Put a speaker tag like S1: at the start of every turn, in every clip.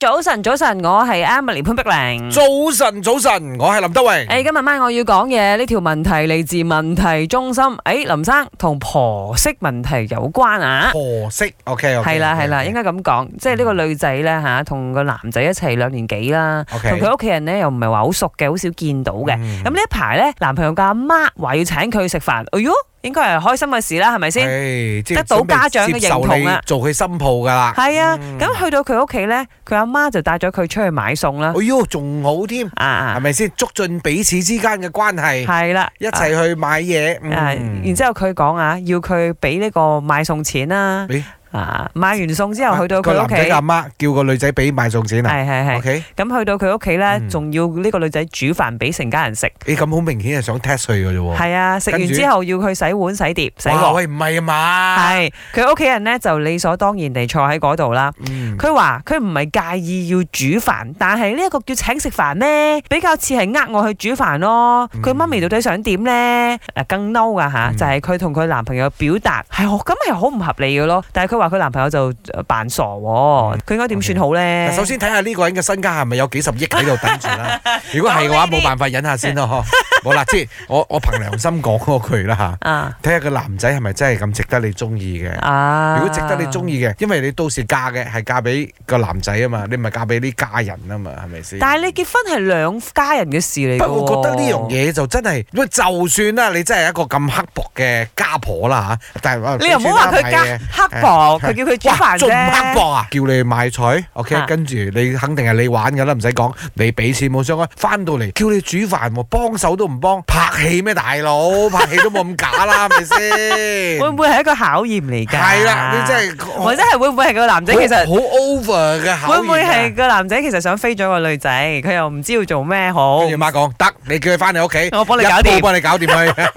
S1: 早晨，早晨，我係 Emily 潘碧玲。哎
S2: 早晨，早晨，我係林德榮。
S1: 誒，今日晚我要講嘅呢條問題嚟自問題中心。誒，林生同婆媳問題有關啊。
S2: 何色？OK，
S1: 係啦係啦，應該咁講，即係呢個女仔咧吓，同個男仔一齊兩年幾啦，
S2: OK 嗯
S1: 同佢屋企人咧又唔係話好熟嘅，好少見到嘅。咁
S2: 咁
S1: 呢一排咧，男朋友嘅阿媽話要請佢食飯，哎喲，應該係開心嘅事啦，係咪先？
S2: 先
S1: 得到家長嘅認同啊
S2: 做佢新抱噶啦。
S1: 係啊，
S2: 嗯
S1: 咁去到佢屋企咧，佢阿媽就帶咗佢出去買餸啦
S2: 哎。喲，仲好添，
S1: 啊
S2: 係
S1: 啊，
S2: 咪先？促進彼此之間嘅關係，
S1: 係啦，
S2: 一齊去買嘢。嗯
S1: 啊，然之後佢講啊，要佢俾呢個買餸錢啦
S2: 咦，
S1: 啊買完餸之後去到
S2: 個
S1: 佢
S2: 男
S1: 屋企，
S2: 仔嘅阿
S1: 係
S2: 媽叫個女仔俾買餸錢啊。
S1: 係係，
S2: OK，
S1: 咁去到佢屋企咧
S2: 嗯，
S1: 仲要呢個女仔煮飯俾成家人食，
S2: 你咁好明顯係想 test 佢嘅啫喎。
S1: 係啊，食完
S2: 跟住
S1: 之後要佢洗碗洗碟洗
S2: 哇
S1: 鍋，
S2: 喂，唔係啊嘛。
S1: 係佢屋企人咧就理所當然地坐喺嗰度啦。
S2: 嗯
S1: 佢話佢唔係介意要煮飯，但係呢一個叫請食飯呢，比較似係呃我去煮飯咯。
S2: 嗯
S1: 佢媽咪到底想點呢？嗱，更嬲噶吓，
S2: 嗯
S1: 就係佢同佢男朋友表達係我咁係好唔合理嘅咯。但係佢話佢男朋友就呃扮傻喎，佢應該點算好呢？
S2: 嗯首先睇下呢個人嘅身家係咪有幾十億喺度等 住啦。如果係嘅話，
S1: 講呢啲
S2: 冇辦法忍下先咯。呵冇啦，即係我我憑良心講嗰句啦吓，
S1: 啊
S2: 睇下個男仔係咪真係咁值得你中意嘅。
S1: 啊，
S2: 如果值得你中
S1: 意。
S2: 意嘅，因為你到時嫁嘅係嫁俾個男仔啊嘛，你唔係嫁俾呢家人啊嘛，係咪先？
S1: 但係你結婚係兩家人嘅事嚟㗎喎。
S2: 不過我覺得呢樣嘢就真係，喂，就算啦，你真係一個咁刻薄嘅家婆啦嚇，但係啊
S1: 你又唔好話佢家刻薄，佢叫佢煮
S2: 哇，
S1: 飯
S2: 仲唔刻
S1: 啫。
S2: 薄啊？叫你買菜，OK，、
S1: 啊
S2: 跟住你肯定係你玩噶啦，唔使講，你俾錢冇相干。翻到嚟叫你煮飯喎，幫手都唔幫，拍戲咩大 佬？拍戲都冇咁假啦，係咪先？
S1: 會唔會係一個考驗嚟㗎？
S2: 係啦，你真係
S1: 或者係會唔會係個男仔
S2: 好
S1: 其實？
S2: 好 over 嘅考驗啊
S1: 會唔會係個男仔其實想飛咗個女仔，佢又唔知要做咩好？
S2: 跟住媽講得，你叫佢翻你屋企，
S1: 我幫你搞
S2: 一鋪
S1: 掂，
S2: 幫你搞掂佢。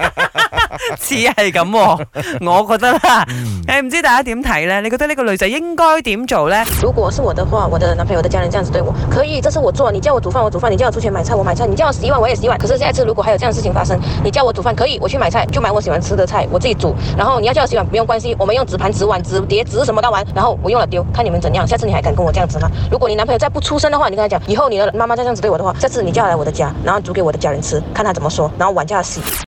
S1: 似係咁喎，我覺得啦。誒，唔知大家點睇咧？你覺得呢個女仔應該點做咧？
S3: 如果是我的话，我的男朋友的家人这样子对我，可以，这是我做，你叫我煮饭我煮饭，你叫我出去买菜我买菜，你叫我洗碗我也洗碗。可是下一次如果还有这样的事情发生，你叫我煮饭可以，我去买菜就买我喜欢吃的菜，我自己煮。然后你要叫我洗碗不用关系，我们用纸盘、纸碗、纸碟、纸什么的玩，然后我用了丢，看你们怎样。下次你还敢跟我这样子吗？如果你男朋友再不出声的话，你跟他讲，以后你的妈妈再这样子对我的话，下次你叫他来我的家，然后煮给我的家人吃，看他怎么说，然后碗叫他洗。